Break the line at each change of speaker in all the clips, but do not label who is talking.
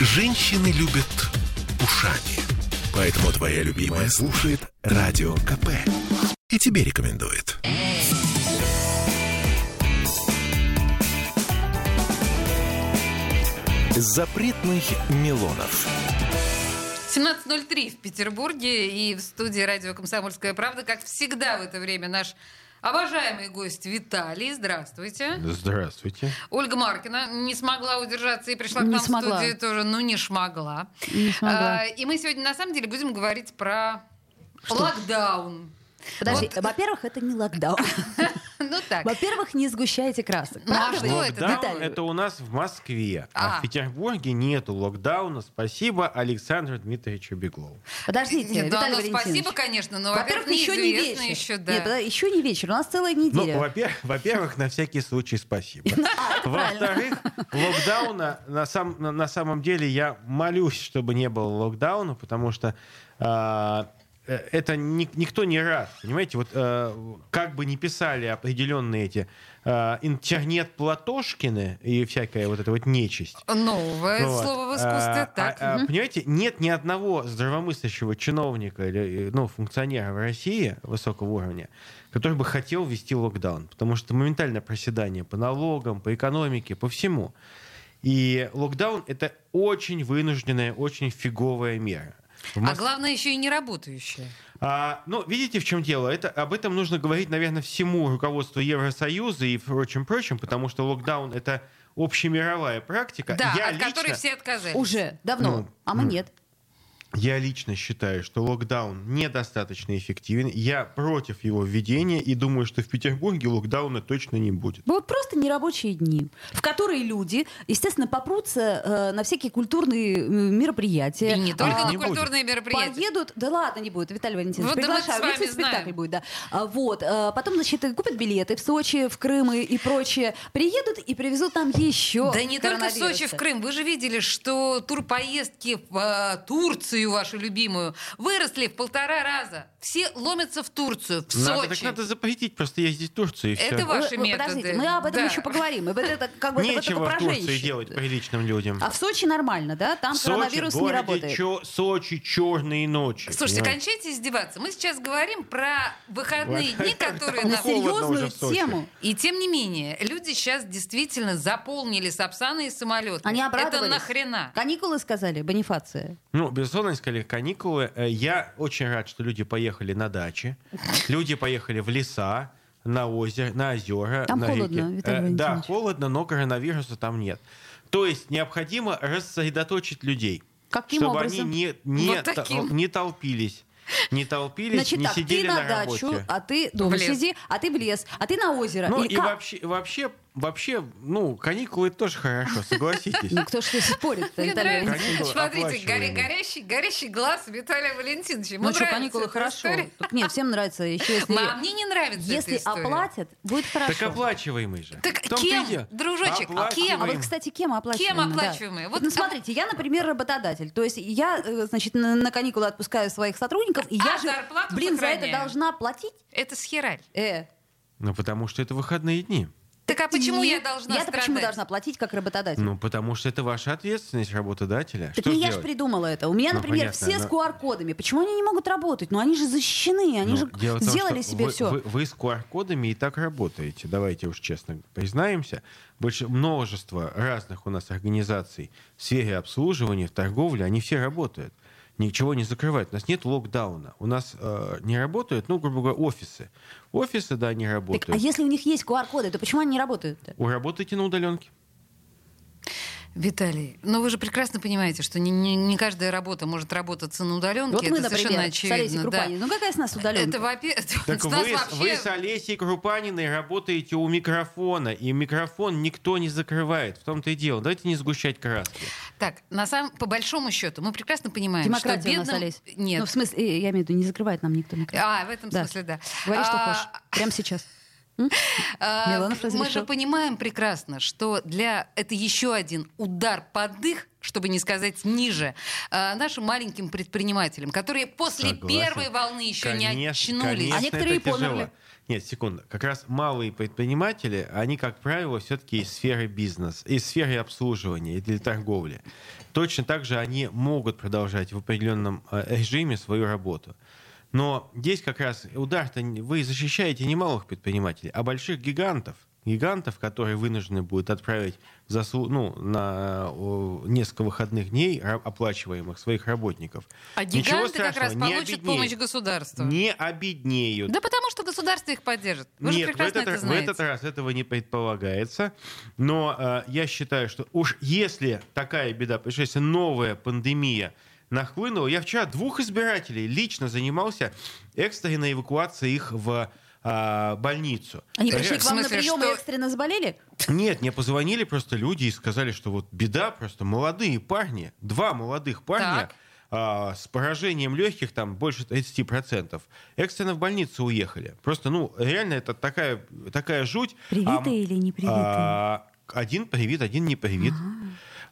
Женщины любят ушами. Поэтому твоя любимая слушает Радио КП. И тебе рекомендует.
Запретных Милонов.
17.03 в Петербурге и в студии радио «Комсомольская правда». Как всегда в это время наш обожаемый гость Виталий. Здравствуйте.
Здравствуйте.
Ольга Маркина не смогла удержаться и пришла к
Не
нам
смогла.
в студию тоже. Ну, не шмогла.
Не смогла.
А, и мы сегодня, на самом деле, будем говорить про локдаун.
А, Подожди, во-первых, это не локдаун.
Ну так.
Во-первых, не сгущайте красок.
Ну, а
Правда?
что это?
Локдаун
Виталий?
это у нас в Москве, а
А.
в Петербурге нету локдауна. Спасибо Александру Дмитриевичу Беглову.
Подождите,
Нет, ну,
Виталий
оно
Валентинович.
спасибо, конечно, но, во-первых,
еще не вечер.
неизвестно еще, да.
Нет, подо- еще не вечер, у нас целая
Ну,
неделя.
во-пер- во-первых, на всякий случай спасибо.
А,
Во-вторых, локдауна на, сам, на, на самом деле я молюсь, чтобы не было локдауна, потому что а, э, это ни- никто не рад. Понимаете, вот э, как бы ни писали определенные эти а, интернет-платошкины и всякая вот эта вот нечисть.
Новое
Вот.
слово в
А,
искусстве, так.
а, а,
Мгм.
понимаете, нет ни одного здравомыслящего чиновника или э, ну, функционера в России высокого уровня, который бы хотел вести локдаун, потому что моментальное проседание по налогам, по экономике, по всему. И локдаун это очень вынужденная, очень фиговая мера. В
А
Мос-
главное, еще и не работающее.
а, ну, видите, в чем дело? Это, об этом нужно говорить, наверное, всему руководству Евросоюза и прочим-прочим, потому что локдаун это общемировая практика.
Да,
Я
от которой
лично-
все отказались.
Уже давно,
Ну,
а мы
м.
нет.
Я лично считаю, что локдаун недостаточно эффективен. Я против его введения и думаю, что в Петербурге локдауна точно не будет.
Вот просто нерабочие дни, в которые люди, естественно, попрутся э, на всякие культурные м, мероприятия.
И не только
их
на
не будет.
культурные мероприятия.
Поедут, да ладно, не будет, Виталий Валентинович,
Вот да мы
приглашаю,
с вами
ведь спектакль
знаем.
будет, да. А, вот, э, потом, значит, и купят билеты в Сочи, в Крым и- и прочее, приедут и привезут нам еще
Да не только в Сочи, в
коронавируса.
Крым. Вы же видели, что тур поездки в э, Турцию, вашу любимую, выросли в полтора раза. Все ломятся в Турцию, в
Надо,
Сочи.
так надо запретить просто ездить в Турцию и все.
Это ваши
Вы- вы
методы.
Подождите, мы об этом
Да.
еще поговорим. И вот это как бы это вот
Нечего
это
в
про
Турции
женщин.
делать приличным людям.
А в Сочи нормально, да? Там коронавирус не
городе
работает.
чё- Сочи черные ночи.
Слушайте,
понимаете?
кончайте издеваться. Мы сейчас говорим про выходные дни, которые
На
нам...
холодно
серьезную
уже в Сочи.
тему.
И тем не менее, люди сейчас действительно заполнили сапсаны и самолеты.
Они
Это
обрадовались.
нахрена?
Каникулы сказали, Бонифация.
Ну, безусловно, они сказали каникулы. Э, Я очень рад, что люди поехали на дачи, люди поехали в леса, на озеро, на озера,
Там
на
холодно,
реки.
Виталий
Э, Да,
Валентинович.
холодно, но коронавируса там нет. То есть необходимо рассредоточить людей,
Каким
чтобы
образом?
они не, не,
Вот таким.
тол- не толпились, не толпились,
Значит
не
так, ты
сидели
на,
работе.
дачу, а ты дома
В лес.
сиди, а ты в лес, а ты на озеро.
Ну
Или
и
как?
вообще, вообще, вообще, ну каникулы это тоже хорошо, согласитесь.
Ну кто ж здесь спорит?
Мне нравится.
Каникулы
Смотрите, горе-
оплачиваемые.
горящий, горящий глаз Виталия Валентиновича. Ему
Ну что,
нравится
каникулы
эта
хорошо.
история.
Так Нет, всем нравится. Еще если,
Ма, мне не нравится
если
эта история.
оплатят, будет хорошо.
Так оплачиваемый же.
Так
В том-то
кем,
и дело.
дружочек, кем?
А вот,
Оплачиваемый.
кстати, кем оплачиваемый?
Кем оплачиваемый?
да.
Вот
ну,
кого-
смотрите, я, например, работодатель. То есть я, э, значит, на, на каникулы отпускаю своих сотрудников, и
А
я же,
зарплату
блин, за это
сохраняю.
должна платить.
Это схераль.
Э,
Ну, потому что это выходные дни.
Так а почему
нет.
я должна
Я-то
страдать?
почему должна платить как работодатель?
Ну, потому что это ваша ответственность работодателя.
Так
Что
не
ж
я же
делать?
придумала это. У меня,
Ну,
например,
понятно,
все с
но-
QR-кодами. Почему они не могут работать? Ну они же защищены, они
Ну,
же
дело в том,
сделали
что
себе
вы,
все.
Вы, вы с QR-кодами и так работаете. Давайте уж честно признаемся. Больше множество разных у нас организаций в сфере обслуживания, в торговле, они все работают. Ничего не закрывают. У нас нет локдауна. У нас э, не работают, ну, грубо говоря, офисы. Офисы, да, не работают.
а если у них есть QR-коды, то почему они не работают-то?
Вы работаете на удаленке?
Виталий, но вы же прекрасно понимаете, что не, не- не каждая работа может работаться на удаленке.
Вот
это
мы,
совершенно
например, с Олесей
очевидно. да.
Крупаниной. Ну какая с нас удаленка?
Это во-первых...
Так
у
вы,
нас
с- вы с Олесей Крупаниной работаете у микрофона, и микрофон никто не закрывает. В том-то и дело. Давайте не сгущать краски.
Так, на самом... по большому счету, мы прекрасно понимаем, что
Демократия у
бедным...
нас, Олесь.
Нет.
Ну, в смысле, э, я имею в виду, не закрывает нам никто микрофон.
А, в этом
Да.
смысле, да.
Говори, что
А,
хочешь. Прямо сейчас.
А,
Милонов
Мы же
разрешил.
понимаем прекрасно, что для это еще один удар под дых, чтобы не сказать ниже, а, нашим маленьким предпринимателям, которые после
Согласен.
первой волны еще не
Конечно,
очнулись.
конечно,
А
это
некоторые и померли.
тяжело. Нет, секунду. Как раз малые предприниматели, они, как правило, все-таки из сферы бизнеса, из сферы обслуживания или торговли. Точно так же они могут продолжать в определенном э, режиме свою работу. Но здесь как раз удар-то не- вы защищаете не малых предпринимателей, а больших гигантов. Гигантов, которые вынуждены будут отправить в засу- ну, на о, несколько выходных дней ра- оплачиваемых своих работников.
А
Ничего
гиганты как раз
страшного, не
получат
обеднеют.
помощь государства.
Не обеднеют.
Да потому что государство их поддержит. Вы же
Нет, в
прекрасно
этот,
это
ра- в
знаете.
этот раз этого не предполагается. Но э, я считаю, что уж если такая беда, потому что если новая пандемия нахлынула, я вчера двух избирателей лично занимался экстренной эвакуацией их в э, больницу.
Они
Э,
пришли
в
к вам на
смысле,
прием
что-
и экстренно заболели?
Нет, мне позвонили просто люди и сказали, что вот беда, просто молодые парни, два молодых парня
Так.
а, с поражением легких, там больше 30%, экстренно в больницу уехали. Просто, ну, реально это такая, такая жуть.
Привитые или непривитые?
а, один привит, один не привит.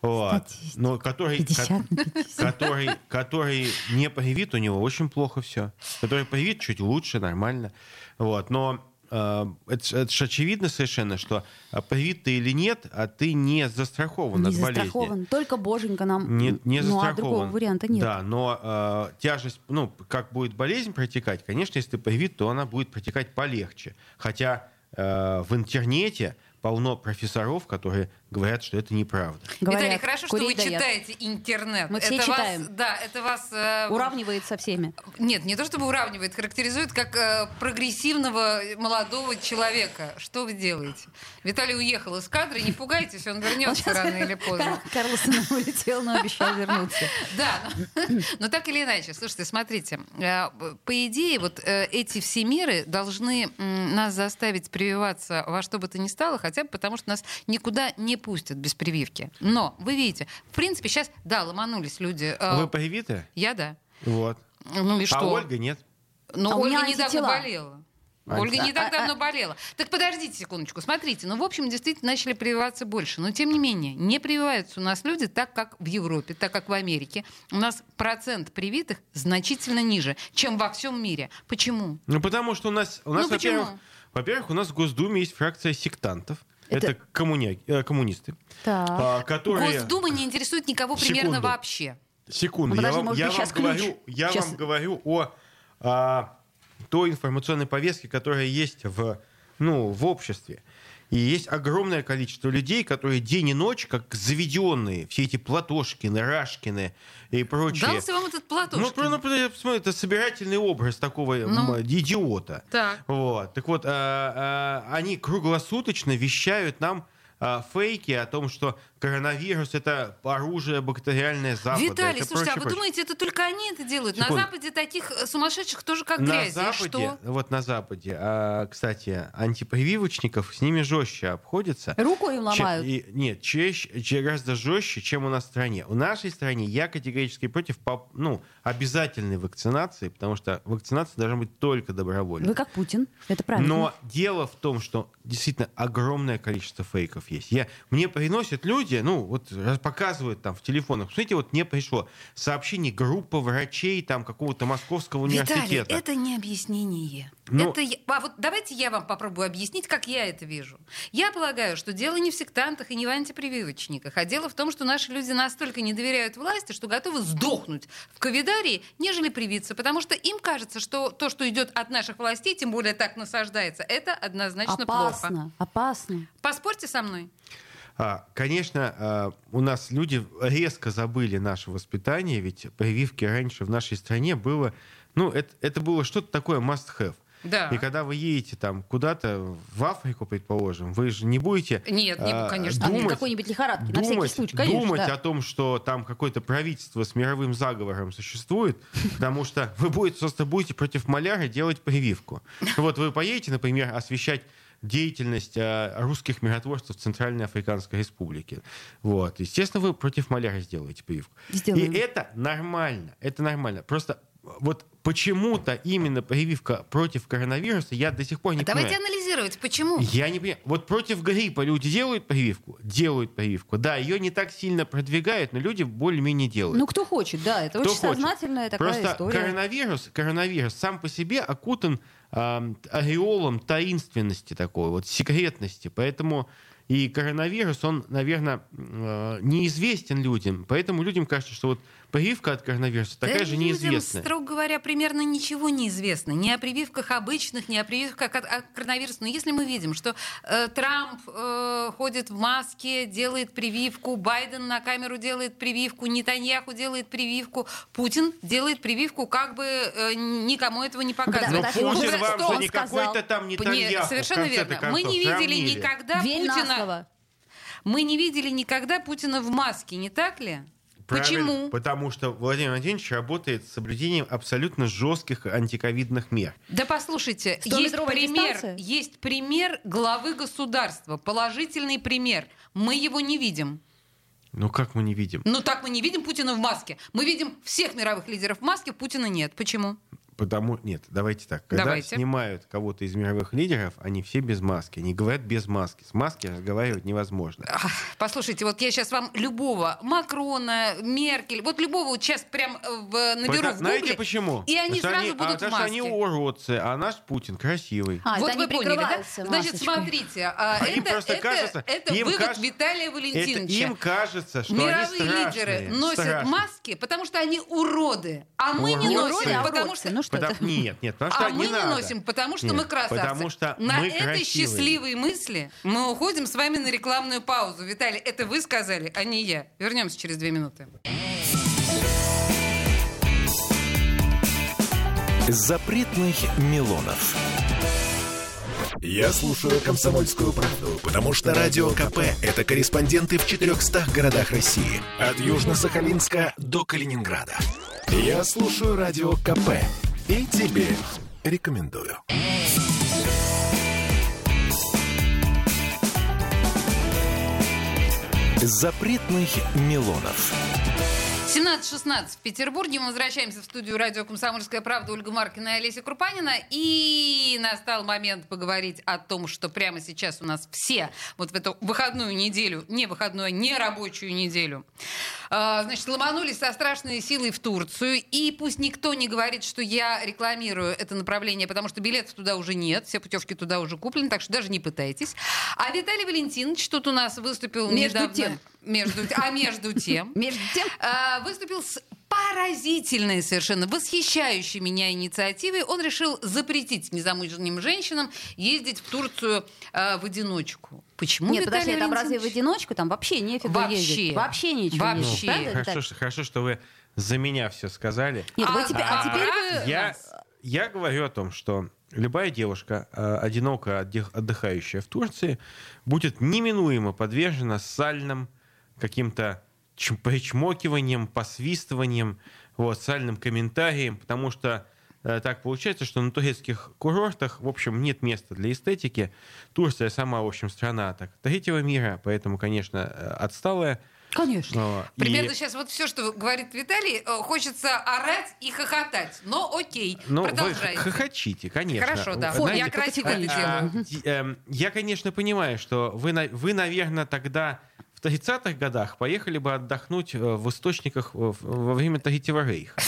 Вот.
Статистика.
Но который,
50 на 50.
который, который не привит, у него очень плохо все. Который привит, чуть лучше, нормально. Вот. Но э, это, ж- это ж очевидно совершенно, что а, привит ты или нет, а ты не застрахован
Не
от болезни.
застрахован. Только боженька нам.
Не, не
ну,
застрахован.
а другого варианта нет.
Да, но э, тяжесть, ну, как будет болезнь протекать, конечно, если ты привит, то она будет протекать полегче. Хотя э, в интернете полно профессоров, которые говорят, что это неправда.
Виталий,
Говорят,
хорошо, что
курить
вы
дают.
читаете интернет.
Мы все
Это вас-
читаем.
да, это вас... э,
Уравнивает со всеми.
Нет, не то чтобы уравнивает, характеризует как э, прогрессивного молодого человека. Что вы делаете? Виталий уехал из кадра, не пугайтесь, он вернется рано или поздно.
Кар- Карлсон улетел, но обещал вернуться.
Да, но, но так или иначе, слушайте, смотрите, э, по идее, вот э, эти все меры должны м, нас заставить прививаться во что бы то ни стало, хотя бы потому, что нас никуда не пустят без прививки. Но, вы видите, в принципе, сейчас, да, ломанулись люди. э,
Вы привиты?
Я, да.
Вот.
Ну и что?
А Ольга нет.
Но
А у
Ольга
меня
недавно
антитела.
болела.
А,
Ольга не
а,
так
а,
давно болела. Так подождите секундочку, смотрите. Ну, в общем, действительно начали прививаться больше. Но, тем не менее, не прививаются у нас люди так, как в Европе, так, как в Америке. У нас процент привитых значительно ниже, чем во всем мире. Почему?
Ну, потому что у нас, у нас
Ну, почему?
во-первых, во-первых, у нас в Госдуме есть фракция сектантов.
Это-
Это, коммуня- э, коммунисты,
Так.
а, которые...
Госдума не интересует никого примерно
Секунду.
вообще.
Секунду,
Ну,
я
подожди,
вам,
может
я
быть,
вам
щас ключ.
говорю, я
Щас.
вам говорю о а, той информационной повестке, которая есть в, ну, в обществе. И есть огромное количество людей, которые день и ночь, как заведенные, все эти Платошкины, Рашкины и прочие.
Дался вам этот платошкин?
Ну, про- ну, про- посмотри, это собирательный образ такого м,
Ну.
идиота.
Так.
Вот. Так вот, а, а, они круглосуточно вещают нам а, фейки о том, что коронавирус это оружие бактериальное Запада.
Виталий, слушайте,
это прочее,
а вы
прочее.
думаете, это только они это делают?
Секунду.
На Западе таких э, сумасшедших тоже как
на
грязи. И
Западе,
что?
вот на Западе, а, кстати, антипрививочников с ними жестче обходится.
Руку им
Че-
ломают.
и- нет, чаще, че- гораздо жестче, чем у нас в стране. У нашей стране я категорически против поп- ну, обязательной вакцинации, потому что вакцинация должна быть только добровольной.
Вы как Путин. Это правильно.
Но дело в том, что действительно огромное количество фейков есть. Я, мне приносят люди, ну, вот раз- показывают там в телефонах. Смотрите, вот мне пришло сообщение группа врачей там какого-то московского
Виталий,
университета.
это не объяснение.
Ну-
Это я- А вот давайте я вам попробую объяснить, как я это вижу. Я полагаю, что дело не в сектантах и не в антипрививочниках, а дело в том, что наши люди настолько не доверяют власти, что готовы сдохнуть в ковидарии, нежели привиться, потому что им кажется, что то, что идет от наших властей, тем более так насаждается, это однозначно
опасно,
плохо.
опасно.
Поспорьте со мной.
А, конечно, а, у нас люди резко забыли наше воспитание, ведь прививки раньше в нашей стране было, ну, это, это было что-то такое must-have.
Да.
И когда вы едете там куда-то в Африку, предположим, вы же не будете
Нет, не-
а,
конечно.
А для
думать,
какой-нибудь лихорадки, на всякий
думать,
случай, конечно.
думать
да.
о том, что там какое-то правительство с мировым заговором существует, потому что вы будете, просто будете против маляры делать прививку. Вот вы поедете, например, освещать деятельность э, русских миротворцев Центральной Африканской Республики. Вот. Естественно, вы против маляры сделаете прививку.
Сделаем.
И это нормально. Это нормально. Просто э, вот почему-то именно прививка против коронавируса я до сих пор
А
не понимаю.
Давайте анализировать, почему.
Я не понимаю. Вот против гриппа люди делают прививку? Делают прививку. Да, ее не так сильно продвигают, но люди более-менее делают.
Ну, кто хочет, да, это
Кто
очень
хочет.
сознательная такая
Просто
история.
коронавирус, коронавирус сам по себе окутан ам, ореолом таинственности такой, вот секретности. Поэтому и коронавирус, он, наверное, неизвестен людям. Поэтому людям кажется, что вот прививка от коронавируса такая
Да
же
людям,
неизвестная.
строго говоря, примерно ничего не известно. Ни о прививках обычных, ни о прививках от, от коронавируса. Но если мы видим, что э, Трамп э, ходит в маске, делает прививку, Байден на камеру делает прививку, Нетаньяху делает прививку, Путин делает прививку, как бы э, никому этого не
Но
показывает.
Подожди,
Путин
уже
вам
что
же
он
не
сказал?
какой-то там не
Нет, совершенно верно. Мы не видели никогда
Верь на
Путина.
слово.
Мы не видели никогда Путина в маске, не так ли? Почему?
Потому что Владимир Владимирович работает с соблюдением абсолютно жестких антиковидных мер.
Да послушайте, есть
100-метровая
пример,
дистанция?
есть пример главы государства, положительный пример. Мы его не видим.
Ну как мы не видим?
Ну так мы не видим Путина в маске. Мы видим всех мировых лидеров в маске, Путина нет. Почему?
Потому нет, давайте так. Когда
Давайте.
снимают кого-то из мировых лидеров, они все без маски. Они говорят без маски. С маски разговаривать невозможно.
Ах, Послушайте, вот я сейчас вам любого Макрона, Меркель, вот любого вот сейчас прям э, в, наберу
Пока-
в
знаете
гугле,
почему?
И они
Потому что
сразу
они- а,
будут в
потому что
маске.
они уродцы, а наш Путин красивый.
А, это
вот
они
вы поняли, да?
прикрываются
Значит,
масочкой.
смотрите, а,
Они
это,
просто
это-
кажется-
это
им
вывод
кажется-
Виталия
Это
Валентиновича.
им кажется, что они
Мировые
страшные.
лидеры носят
страшные.
маски, потому что они уроды, а мы не
Уроды.
носим,
Уроды, а
потому
уродцы.
что
Ну что
Потому-
это?
Нет, нет, потому что
а мы не
надо.
носим, потому что
Нет,
мы красавцы.
потому что
на
мы
этой
красивые.
счастливой мысли мы уходим с вами на рекламную паузу. Виталий, это вы сказали, а не я. Вернемся через две минуты.
Запретных Милонов.
Я слушаю «Комсомольскую правду», потому что «Радио КП» — это корреспонденты в 400 городах России. От Южно-Сахалинска до Калининграда. Я слушаю «Радио КП» и тебе рекомендую.
Запретных Милонов.
17.16 в Петербурге. Мы возвращаемся в студию радио «Комсомольская правда» Ольга Маркина и Олеся Крупанина. И настал момент поговорить о том, что прямо сейчас у нас все вот в эту выходную неделю, не выходную, а не рабочую неделю, а, значит, ломанулись со страшной силой в Турцию. И пусть никто не говорит, что я рекламирую это направление, потому что билетов туда уже нет, все путевки туда уже куплены, так что даже не пытайтесь. А Виталий Валентинович тут у нас выступил
Между
недавно-
тем.
Между, а между тем
Между тем,
а, выступил с поразительной совершенно, восхищающей меня инициативой. Он решил запретить незамужним женщинам ездить в Турцию а, в одиночку. Почему,
Нет,
Виталий
подожди, там разве в
Валентинович?
одиночку? Там вообще нефиг
Вообще.
ездить. Вообще ничего
Вообще.
ездить, правда,
Ну, Хорошо,
Виталий?
что, хорошо, что вы за меня все сказали.
Нет, вы
А,
теперь- а
а,
теперь вы...
Я, я говорю о том, что любая девушка, э, одиноко отдых- отдыхающая в Турции, будет неминуемо подвержена сальным каким-то чм- причмокиванием, посвистыванием, вот, сальным комментарием, потому что э, так получается, что на турецких курортах, в общем, нет места для эстетики. Турция сама, в общем, страна так, третьего мира, поэтому, конечно, э, отсталая. Э,
Конечно.
и-
Примерно сейчас вот все, что говорит Виталий, э, хочется орать и хохотать. Но окей,
Ну, вы
продолжайте.
хохочите, конечно.
Хорошо, да.
Вы знаете,
я красиво
как-
это
А,
делаю.
ди- эм, Я, конечно, понимаю, что вы, на- вы наверное, тогда в 30-х годах поехали бы отдохнуть э, в источниках э, в- во время Третьего Рейха.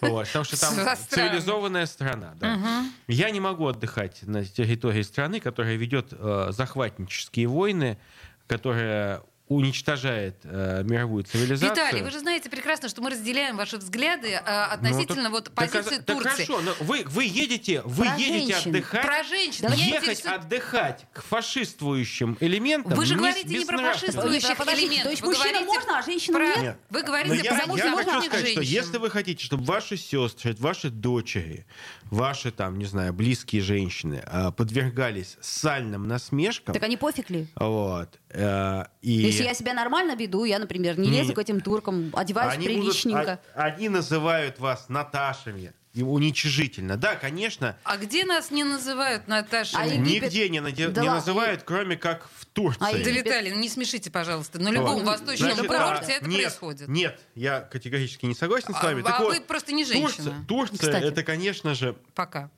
Вот, потому что там
Со стран.
цивилизованная страна. да. Я не могу отдыхать на территории страны, которая ведет э, захватнические войны, которая уничтожает э, мировую цивилизацию.
Виталий, вы же знаете прекрасно, что мы разделяем ваши взгляды э, относительно
Ну,
вот,
так- так,
позиции
так
Турции.
хорошо, но вы, вы едете, вы
Про
едете
женщин.
отдыхать.
Про женщин.
Давай.
Меня
Ехать
интересует-
отдыхать к фашистующим элементам.
Вы же
не-
говорите не про
безнравственно.
фашистов. Существующих
Нет, подождите,
элементов.
То есть
Вы
мужчинам
говорите
можно, а женщинам
про-
нет?
Вы
Но
говорите
я,
про
я
замужних
хочу сказать,
женщин.
что если вы хотите, чтобы ваши сестры, ваши дочери, ваши там, не знаю, близкие женщины а, подвергались сальным насмешкам,
Так они пофиг ли?
вот, э, и
Если я себя нормально веду, я, например, не
Не.
лезу к этим туркам, одеваюсь
будут-
приличненько.
а- они называют вас Наташами, и уничижительно. Да, конечно,
А где нас не называют, Наташа?
А
Не-
Египет-
нигде не, наде-
Да,
не
и-
называют, кроме как в Турции.
А
Да,
Египет-
Виталий, ну не смешите, пожалуйста. На любом
Вот.
восточном
Значит,
курорте
а,
это
нет,
происходит.
Нет, я категорически не согласен с
А-
вами.
а
Так
вы
вот,
просто не женщина.
Турция, Турция
Кстати.
это, конечно же,
Пока.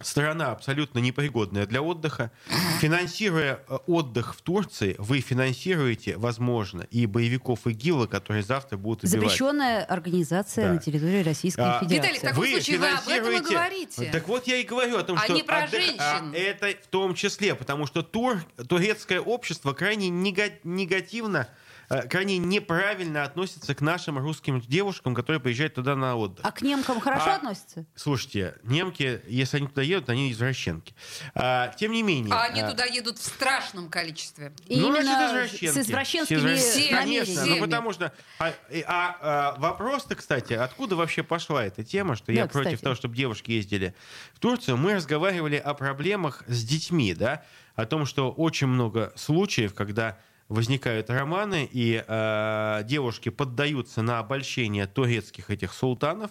страна абсолютно непригодная для отдыха. Финансируя э, отдых в Турции, вы финансируете, возможно, и боевиков ИГИЛа, которые завтра будут убивать.
Запрещенная организация
Да.
на территории Российской
А,
Федерации.
Виталий, так- В таком случае вы об этом и говорите.
Так вот я и говорю о том,
А
что...
не про
отдых-
женщин.
а это в том числе, потому что тур, турецкое общество крайне нега- негативно, э, крайне неправильно относится к нашим русским девушкам, которые приезжают туда на отдых.
А к немкам хорошо
А-
относятся?
Слушайте, немки, если они туда едут, они извращенки. А, тем не менее...
А они
э,
туда едут в страшном количестве.
И
ну,
именно
значит, извращенки.
с извращенскими
С извращ-
Все,
намерениями.
Конечно,
всеми.
ну потому что... А, и- а, а, вопрос-то, кстати, откуда вообще пошла эта тема, что я
Да,
против
кстати.
того, чтобы девушки ездили в Турцию. Мы разговаривали о проблемах с детьми, да, о том, что очень много случаев, когда возникают романы, и э, девушки поддаются на обольщение турецких этих султанов,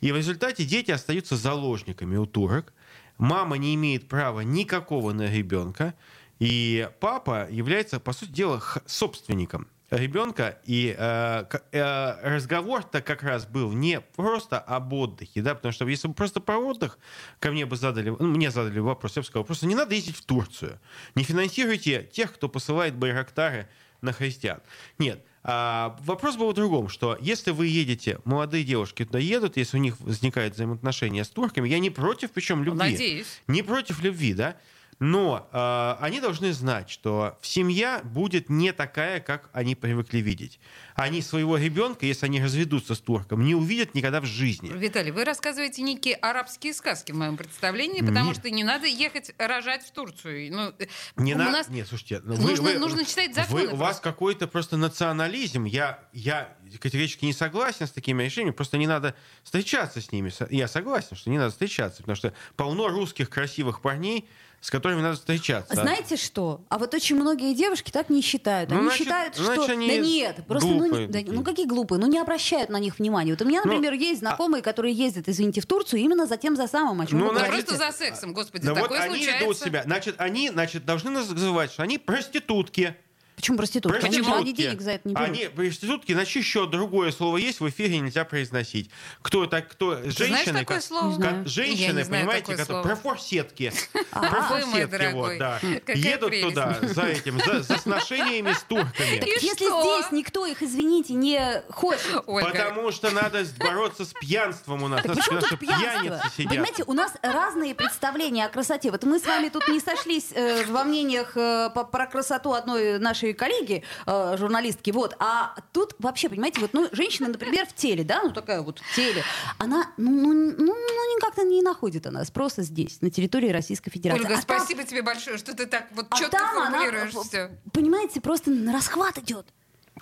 и в результате дети остаются заложниками у турок. Мама не имеет права никакого на ребенка, и папа является, по сути дела, х- собственником ребенка. И э, к- э, разговор-то как раз был не просто об отдыхе, да, потому что если бы просто про отдых, ко мне бы задали, ну, мне задали вопрос, я бы сказал, просто не надо ездить в Турцию, не финансируйте тех, кто посылает байрактары на христиан. Нет, а, вопрос был в другом, что если вы едете, молодые девушки туда едут, если у них возникают взаимоотношения с турками, я не против, причем любви.
Надеюсь.
Не против любви, да? Но э, они должны знать, что семья будет не такая, как они привыкли видеть. Они своего ребенка, если они разведутся с турком, не увидят никогда в жизни.
Виталий, вы рассказываете некие арабские сказки в моем представлении, потому что не надо ехать рожать в Турцию. Ну, э,
Не
у
на-
нас
Нет, слушайте, ну,
нужно- нужно читать законы
Вы, у вас
просто.
какой-то просто национализм. Я, я категорически не согласен с такими решениями. Просто не надо встречаться с ними. Со- Я согласен, что не надо встречаться, потому что полно русских красивых парней, с которыми надо встречаться.
Знаете что? А вот очень многие девушки так не считают.
Ну,
Они
значит-
считают, что...
значит, они
да нет, просто... ну,
глупые
не- да,
такие.
ну, какие глупые? Ну, не обращают на них внимания. Вот у меня,
Ну,
например, есть знакомые, которые ездят, извините, в Турцию именно за тем за самым, о чем
Ну,
вы
да
значит,
говорите.
просто за сексом, господи,
Да вот
такое
они
случается.
ведут себя. Значит, они значит, должны называть, что они проститутки.
Почему проститутки? Они же-
Проститутки.
Они денег за это не берут.
Они проститутки, значит, еще другое слово есть, в эфире нельзя произносить. Кто так, кто? Женщины,
знаешь такое
ко-
слово? Не
ко-
знаю.
Я не
женщины,
знаю
понимаете,
такое
которые
слово.
про форсетки. Про
Ах, вы мой
форсетки,
дорогой.
вот, да.
Какая
Едут
прелесть.
туда, за этим, за за сношениями с турками.
И
Если
что?
здесь никто их, извините, не хочет.
Ольга,
Потому что надо бороться с пьянством у нас.
Так
У нас
причем
наши
тут пьянство?
пьяницы сидят.
Понимаете, у нас разные представления о красоте. Вот мы с вами тут не сошлись э, во мнениях э, по- про красоту одной нашей коллеги, э, журналистки, вот. А тут вообще, понимаете, вот, ну, женщина, например, в теле, да, ну, такая вот в теле, она, ну, ну, ну, ну, никак-то не находит она нас, просто здесь, на территории Российской Федерации.
Ольга,
А там-
спасибо тебе большое, что ты так вот
а
четко
там она,
формулируешь
э,
все.
Понимаете, просто на расхват идет.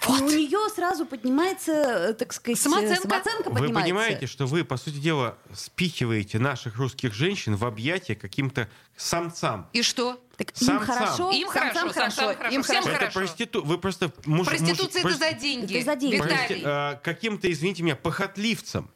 И у нее сразу поднимается, э, так сказать, э,
Самооценка?
самооценка
Вы
поднимается.
понимаете, что вы, по сути дела, спихиваете наших русских женщин в объятия каким-то самцам.
И что?
Так им
Сам-сам.
хорошо,
Им хорошо,
сам-сам
сам-сам хорошо,
им
всем
хорошо.
хорошо.
Это проститу... Вы просто... муж- муж-
Проституция это
прости-
за деньги.
Это за деньги.
прости-
Виталий.
э, Каким-то, извините меня, похотливцем.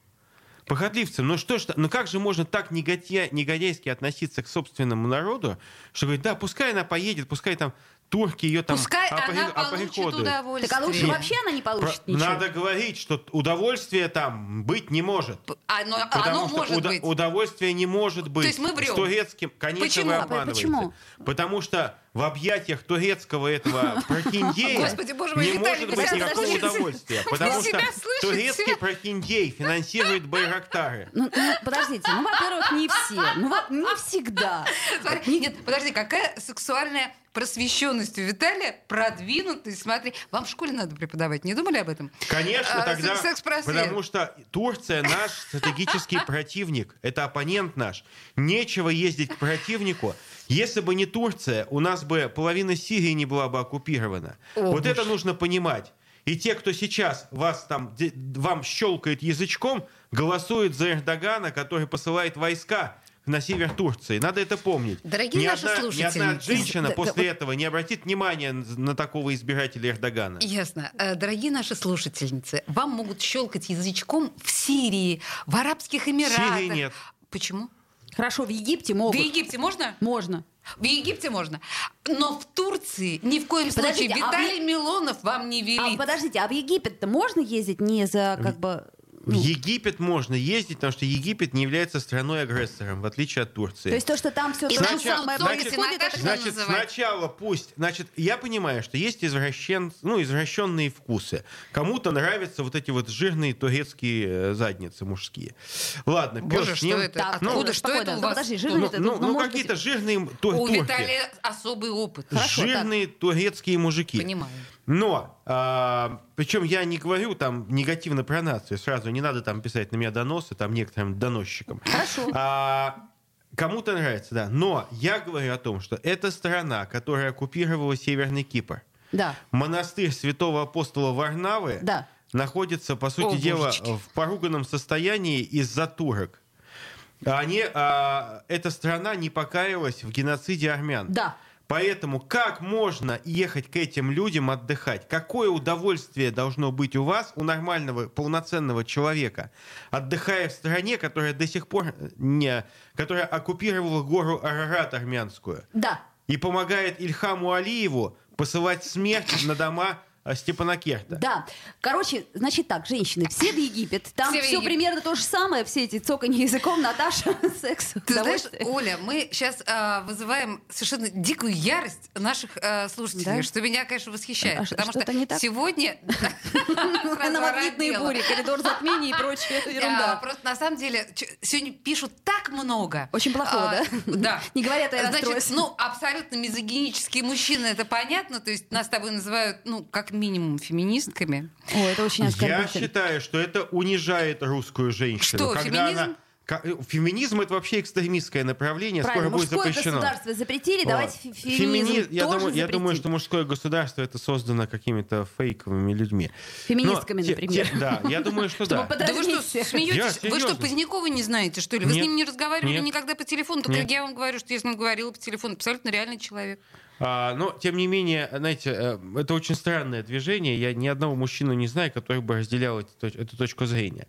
Похотливцем. Ну что ж, та- ну как же можно так негодя- негодяйски относиться к собственному народу, что говорит, да, пускай она поедет, пускай там турки ее там а
Пускай она
опри-
получит
оприходуют».
удовольствие.
Так а лучше
Нет.
вообще она не
Про-
получит ничего.
Надо говорить, что удовольствие там быть не может.
Оно,
Потому
А оно
что
может
уда-
быть.
удовольствие не может быть.
есть мы врем?
С турецким, конечно,
Почему?
вы
А
обманываете.
почему?
Потому что в объятиях турецкого этого прохиндея
Господи, боже мой,
не
Виталий,
может
вы
быть
себя
никакого
слышите?
удовольствия.
Вы
Потому что
себя слышите?
турецкий прохиндей финансирует байрактары.
Ну, ну, подождите, ну, во-первых, не все. Ну, во- не всегда.
А, Смотри, нет, подожди, какая сексуальная просвещенность у Виталия продвинутый, смотри. Вам в школе надо преподавать, не думали об этом?
Конечно,
А,
тогда,
секс- секс-просвет.
потому что Турция наш стратегический противник, это оппонент наш. Нечего ездить к противнику. Если бы не Турция, у нас бы половина Сирии не была бы оккупирована. вот это нужно понимать. И те, кто сейчас вас там, де- вам щелкает язычком, голосуют за Эрдогана, который посылает войска на север Турции. Надо это помнить.
Дорогие
ни
наши
одна, ни одна
слушатели.
женщина
Да,
после
вот-
этого не обратит внимания на такого избирателя Эрдогана.
Ясно. Э, Дорогие наши слушательницы, вам могут щелкать язычком в Сирии, в Арабских Эмиратах.
Сирии нет.
Почему?
Хорошо, в Египте могут.
В Египте можно?
Можно.
В Египте можно. Но в Турции ни в коем
Подождите,
случае.
а в
Виталий Милонов вам не велит.
А, подождите, а в Египет-то можно ездить не за как бы...
Ну.
В Египет можно ездить, потому что Египет не является страной-агрессором, в отличие от Турции.
ну, То есть то, что там все
И
то же
там
самое
сорок
значит,
происходит, это
сенатор-
же-
Что
значит,
называть?
сначала пусть... Значит, я понимаю, что есть извращен, ну, извращенные вкусы. Кому-то нравятся вот эти вот жирные турецкие э, задницы мужские. Ладно,
Боже,
пёс с
что
ним.
это?
Так,
Откуда? Что
спокойно,
это у
ну,
вас?
Подожди,
Ну,
жирный вот этот,
ну, ну,
может быть,
какие-то жирные ту-
У
турки.
Виталия особый опыт.
Хорошо, так.
жирные турецкие мужики.
Понимаю.
Но, причем я не говорю там негативно про нацию, сразу не надо там писать на меня доносы, там некоторым доносчикам.
Хорошо.
А, кому-то нравится, да. Но я говорю о том, что это страна, которая оккупировала Северный Кипр.
Да.
Монастырь святого апостола Варнавы
Да.
находится, по сути
О,
дела,
божечки.
в поруганном состоянии из-за турок. Они, а, эта страна не покаялась в геноциде армян.
Да.
Поэтому как можно ехать к этим людям отдыхать? Какое удовольствие должно быть у вас, у нормального, полноценного человека, отдыхая в стране, которая до сих пор не... которая оккупировала гору Арарат армянскую
Да.
и помогает Ильхаму Алиеву посылать смерть на дома а, Степана Керта?
Да. Короче, значит так, женщины, все в Египет. Там
Все
все,
в Египет.
примерно то же самое, все эти цоканье языком, Наташа, секс.
Ты знаешь,
удовольствие.
Оля, мы сейчас вызываем совершенно дикую ярость наших а, слушателей,
Да?
что меня, конечно, восхищает.
А ш-
потому
что-то не так?
сегодня... а, Сразу
Эномагнитные
оробела.
бури, коридор затмений и прочая
А,
ерунда.
просто на самом деле ч- сегодня пишут так много.
Очень плохого,
А,
да?
Да.
Не говорят, я
Значит,
расстроюсь.
ну, абсолютно мизогинические мужчины, это понятно. То есть нас с тобой называют, ну, как минимум, феминистками.
О, это очень
Я
оскорбительно.
считаю, что это унижает русскую женщину.
Что,
когда
феминизм?
она- ка- э, Феминизм это вообще экстремистское направление,
Правильно, ну
скоро будет
мужское
запрещено.
государство запретили,
Вот.
давайте фе-
Фемини-
феминизм
я,
тоже
думаю, я
запретим.
думаю, что мужское государство это создано какими-то фейковыми людьми.
Феминистками,
Но те-
например.
те- да, я думаю, что
Чтобы
да.
подо-
Да вы что,
Подождите.
Я
смеетесь? Вы
серьезно.
что, Позднякова не знаете, что ли? Вы
Нет.
с ним не разговаривали
Нет.
никогда по телефону? Так
Нет.
я вам говорю, что я с ним говорила по телефону. Абсолютно реальный человек.
А, но, тем не менее, знаете, э, это очень странное движение. Я ни одного мужчину не знаю, который бы разделял эти точ- эту точку зрения.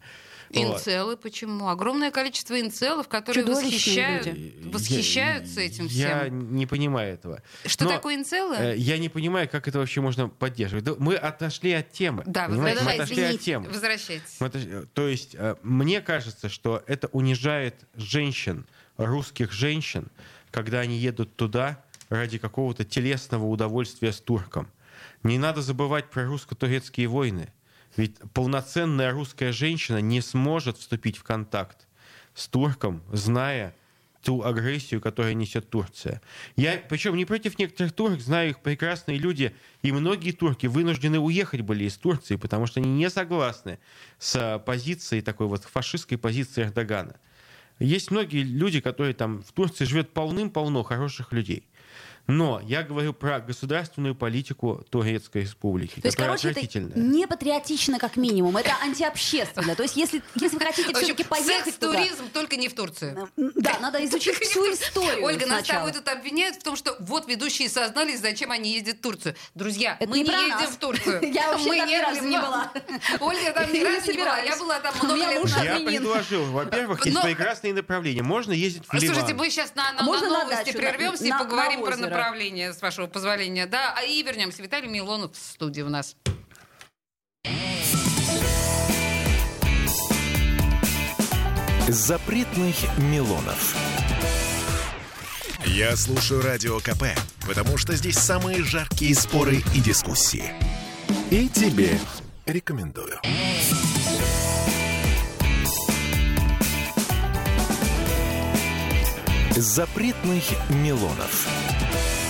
Вот.
Инцелы почему? Огромное количество инцелов, которые
Чудовищные
восхищают,
Я-
восхищаются этим всем.
Я не понимаю этого.
Что
Но,
такое инцелы?
э, Я не понимаю, как это вообще можно поддерживать. Да, Мы отошли от темы.
да, вы
понимаете? мы
давай,
отошли от
извините,
темы.
Возвращайтесь.
Мы отошли- То есть, Ну, э, мне кажется, что это унижает женщин, русских женщин, когда они едут туда ради какого-то телесного удовольствия с турком. Не надо забывать про русско-турецкие войны. Ведь полноценная русская женщина не сможет вступить в контакт с турком, зная ту агрессию, которую несет Турция. Я, причем не против некоторых турок, знаю их прекрасные люди, и многие турки вынуждены уехать были из Турции, потому что они не согласны с а, позицией такой вот фашистской позиции Эрдогана. Есть многие люди, которые там в Турции живет полным-полно хороших людей. Но я говорю про государственную политику Турецкой Республики,
То есть,
которая
короче, это
отвратительная.
не патриотично, как минимум. Это антиобщественно. То есть, если, если вы
В
хотите
общем,
все-таки поехать туда...
секс-туризм, только не в Турцию.
Да, надо изучить всю историю
Ольга, нас с
Ну, сначала.
тобой тут обвиняют в том, что вот ведущие сознались, зачем они ездят в Турцию. Друзья,
Это
мы
не
не,
про
ездим
нас.
в Турцию.
Я вообще
Мы
там ни
были
разу
в-
не была.
Ольга там
И
ни
не
разу не была. Я
собираюсь.
была там
У меня
много лет
муж
назад.
Я
Армянин.
предложил, во-первых, есть
Но-
прекрасные направления. Можно ездить в Ливан.
А Слушайте, мы сейчас на, на- на
А Можно на
новости
дачу,
прервемся
на-
и
на
поговорим про
озеро.
направление, с вашего позволения. Да, а и вернемся. Виталий Милонов в студии у нас.
Запретных Милонов.
Я слушаю Радио КП, потому что здесь самые жаркие споры и дискуссии. И тебе рекомендую.
Запретных Милонов.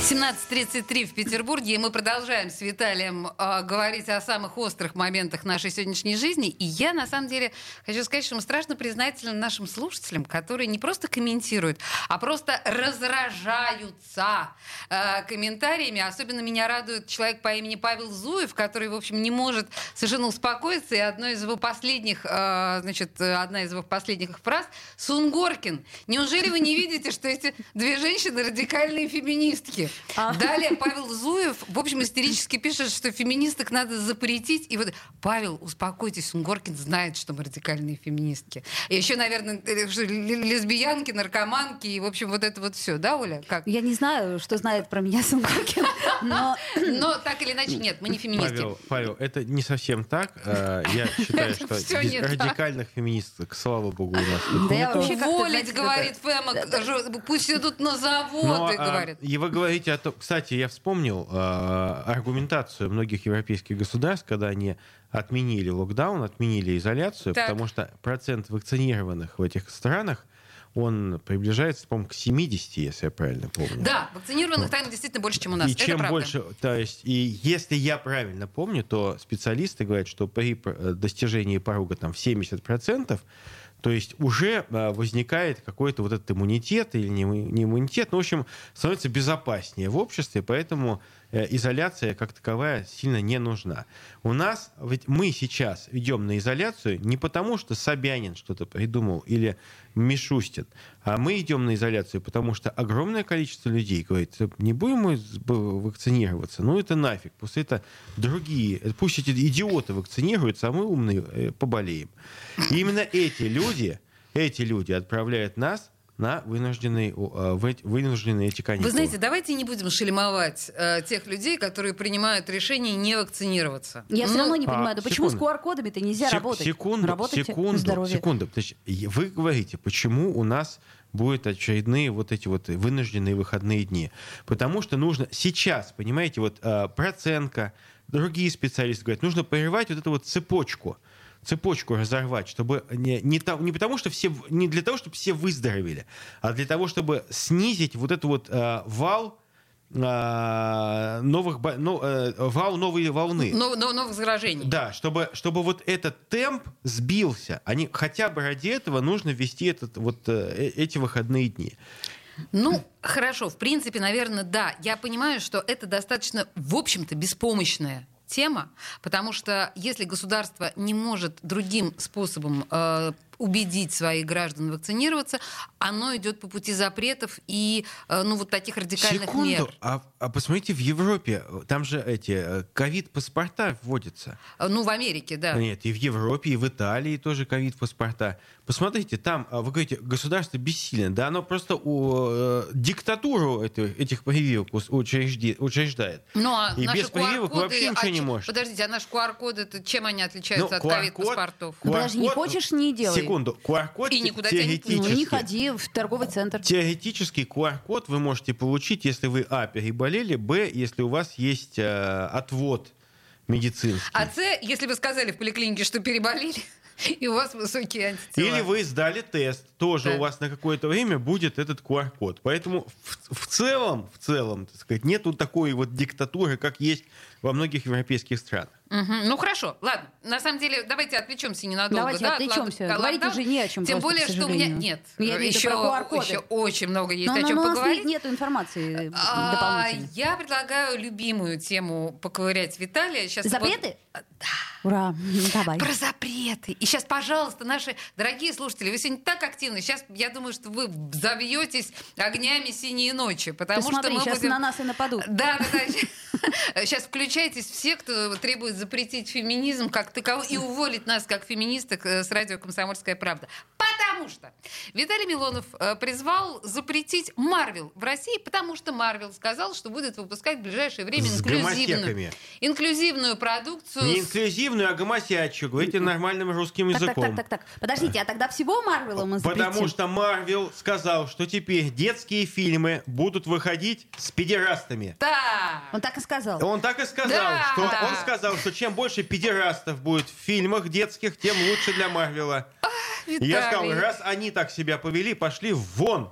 17.33 в Петербурге, и мы продолжаем с Виталием э, говорить о самых острых моментах нашей сегодняшней жизни. И я, на самом деле, хочу сказать, что мы страшно признательны нашим слушателям, которые не просто комментируют, а просто разражаются э, комментариями. Особенно меня радует человек по имени Павел Зуев, который, в общем, не может совершенно успокоиться. И одно из его последних, э, значит, э, одна из его последних фраз — Сунгоркин. Неужели вы не видите, что эти две женщины радикальные феминистки? Далее Павел Зуев, в общем, истерически пишет, что феминисток надо запретить. И вот, Павел, успокойтесь, Сунгоркин знает, что мы радикальные феминистки. И еще, наверное, э, что л- лесбиянки, наркоманки и, в общем, вот это вот все, да, Оля? Как?
Я не знаю, что знает про меня Сунгоркин, но
Но так или иначе, нет, мы не феминистки.
Павел, Павел, это не совсем так. Э, Я считаю, что
всё
дис-
не так.
радикальных феминисток, слава богу, у нас нет.
да я вообще как-то,
Уволить,
знаете,
говорит Фема, жё- пусть идут на
Но,
заводы,
а,
говорит.
И вы говорите о том... Кстати, я вспомнил а, аргументацию многих европейских государств, когда они отменили локдаун, отменили изоляцию,
Так.
потому что процент вакцинированных в этих странах, он приближается, по-моему, к 70, если я правильно помню.
Да, вакцинированных там действительно больше, чем у нас.
Ну. И
Это
чем
правда.
больше, то есть, и если я правильно помню, то специалисты говорят, что при пр- э, достижении порога там в 70%, то есть уже э, возникает какой-то вот этот иммунитет или не, имму- не иммунитет, ну, в общем, становится безопаснее в обществе, поэтому э, изоляция как таковая сильно не нужна. У нас, ведь мы сейчас идем на изоляцию не потому, что Собянин что-то придумал или Мишустин, а мы идем на изоляцию, потому что огромное количество людей говорит, не будем мы с- б- вакцинироваться, ну это нафиг, пусть это другие, пусть эти идиоты вакцинируются, а мы умные э, поболеем. И именно эти люди, эти люди отправляют нас на вынужденные, о, э, в эти- вынужденные эти каникулы.
Вы знаете, давайте не будем шельмовать э, тех людей, которые принимают решение не вакцинироваться.
Я все
Ну,
равно не
а,
понимаю, да почему с
секунду.
QR-кодами-то нельзя
Сек-
работать?
Секунду,
Работайте
секунду,
здоровье.
секунду. Подожди, и Вы говорите, почему у нас будут очередные вот эти вот вынужденные выходные дни? Потому что нужно сейчас, понимаете, вот э, Проценко, другие специалисты говорят, нужно прерывать вот эту вот цепочку цепочку разорвать, чтобы не, не, то- не потому что все в- не для того, чтобы все выздоровели, а для того, чтобы снизить вот этот вот э, вал э, новых бо- ну, э, вал новой волны.
но- но- новых заражений.
Да, чтобы, чтобы вот этот темп сбился. Они хотя бы ради этого нужно ввести этот, вот, э, э, эти выходные дни.
Ну, хорошо, в принципе, наверное, да. Я понимаю, что это достаточно, в общем-то, беспомощная тема, потому что если государство не может другим способом э, убедить своих граждан вакцинироваться, оно идет по пути запретов и, э, ну, вот таких радикальных
Секунду,
мер.
а, а посмотрите, в Европе, э, там же эти э, ковид-паспорта вводятся.
Э, Ну, в Америке, да.
Нет, и в Европе, и в Италии тоже ковид-паспорта. Посмотрите, там, а, вы говорите, государство бессильно, да, оно просто у, э, диктатуру этой- этих прививок ус- учрежди- учреждает.
Ну, а
И
наши
без прививок
QR-коды,
вообще ничего
а
не
че-
можешь.
Подождите, а наши QR-коды, это чем они отличаются от
QR-код-
ковид-паспортов?
Ну, подожди, не
QR-код-
хочешь, не
Ну,
делай.
Секунду. QR-код
И никуда тебя не-
Ну,
теоретически-
не ходи в торговый центр.
Теоретически QR-код вы можете получить, если вы А, переболели, Б, если у вас есть э, отвод медицинский.
А С, если вы сказали в поликлинике, что переболели, и у вас высокие антитела.
Или вы сдали тест, тоже
Да.
у вас на какое-то время будет этот QR-код. Поэтому в, в целом, в целом, так сказать, нету такой вот диктатуры, как есть во многих европейских странах.
Мгм. Ну хорошо, ладно. На самом деле, давайте отвлечемся ненадолго.
Давайте
да, от
отвлечемся.
лок-
Говорить
локдауна.
уже не о чем
Тем
просто,
более,
к
что у меня
сожалению.
нет.
Я имею в виду
еще,
про QR-коды.
еще очень много есть
Но,
о
но-
чем
но у нас
поговорить.
нет, нету информации э,
А,
дополнительной.
я предлагаю любимую тему поковырять Виталия. Сейчас
Запреты?
э,
Ура, давай.
Про запреты. И сейчас, пожалуйста, наши дорогие слушатели, вы сегодня так активны. Сейчас, я думаю, что вы взовьетесь огнями синей ночи, потому
Ты
что
смотри,
мы
сейчас
будем...
на нас и нападут.
Да, да, да. Сейчас включайтесь все, кто требует запретить феминизм как таковой и уволить нас как феминисток э, с радио «Комсомольская правда». Потому что Виталий Милонов э, призвал запретить Марвел в России, потому что Марвел сказал, что будет выпускать в ближайшее время
С
инклюзивную,
гомосеками.
инклюзивную продукцию.
Не
Ну, с-
инклюзивную, а гомосячью. Говорите нормальным русским
Так, так,
языком.
так, так, так. Подождите, а тогда всего Марвела мы запретим?
Потому что Марвел сказал, что теперь детские фильмы будут выходить с педерастами.
Да.
Он так и сказал.
Он так и сказал,
Да.
что он сказал, что чем больше педерастов будет в фильмах детских, тем лучше для Марвела. И Я сказал,
Виталий.
раз они так себя повели, пошли вон.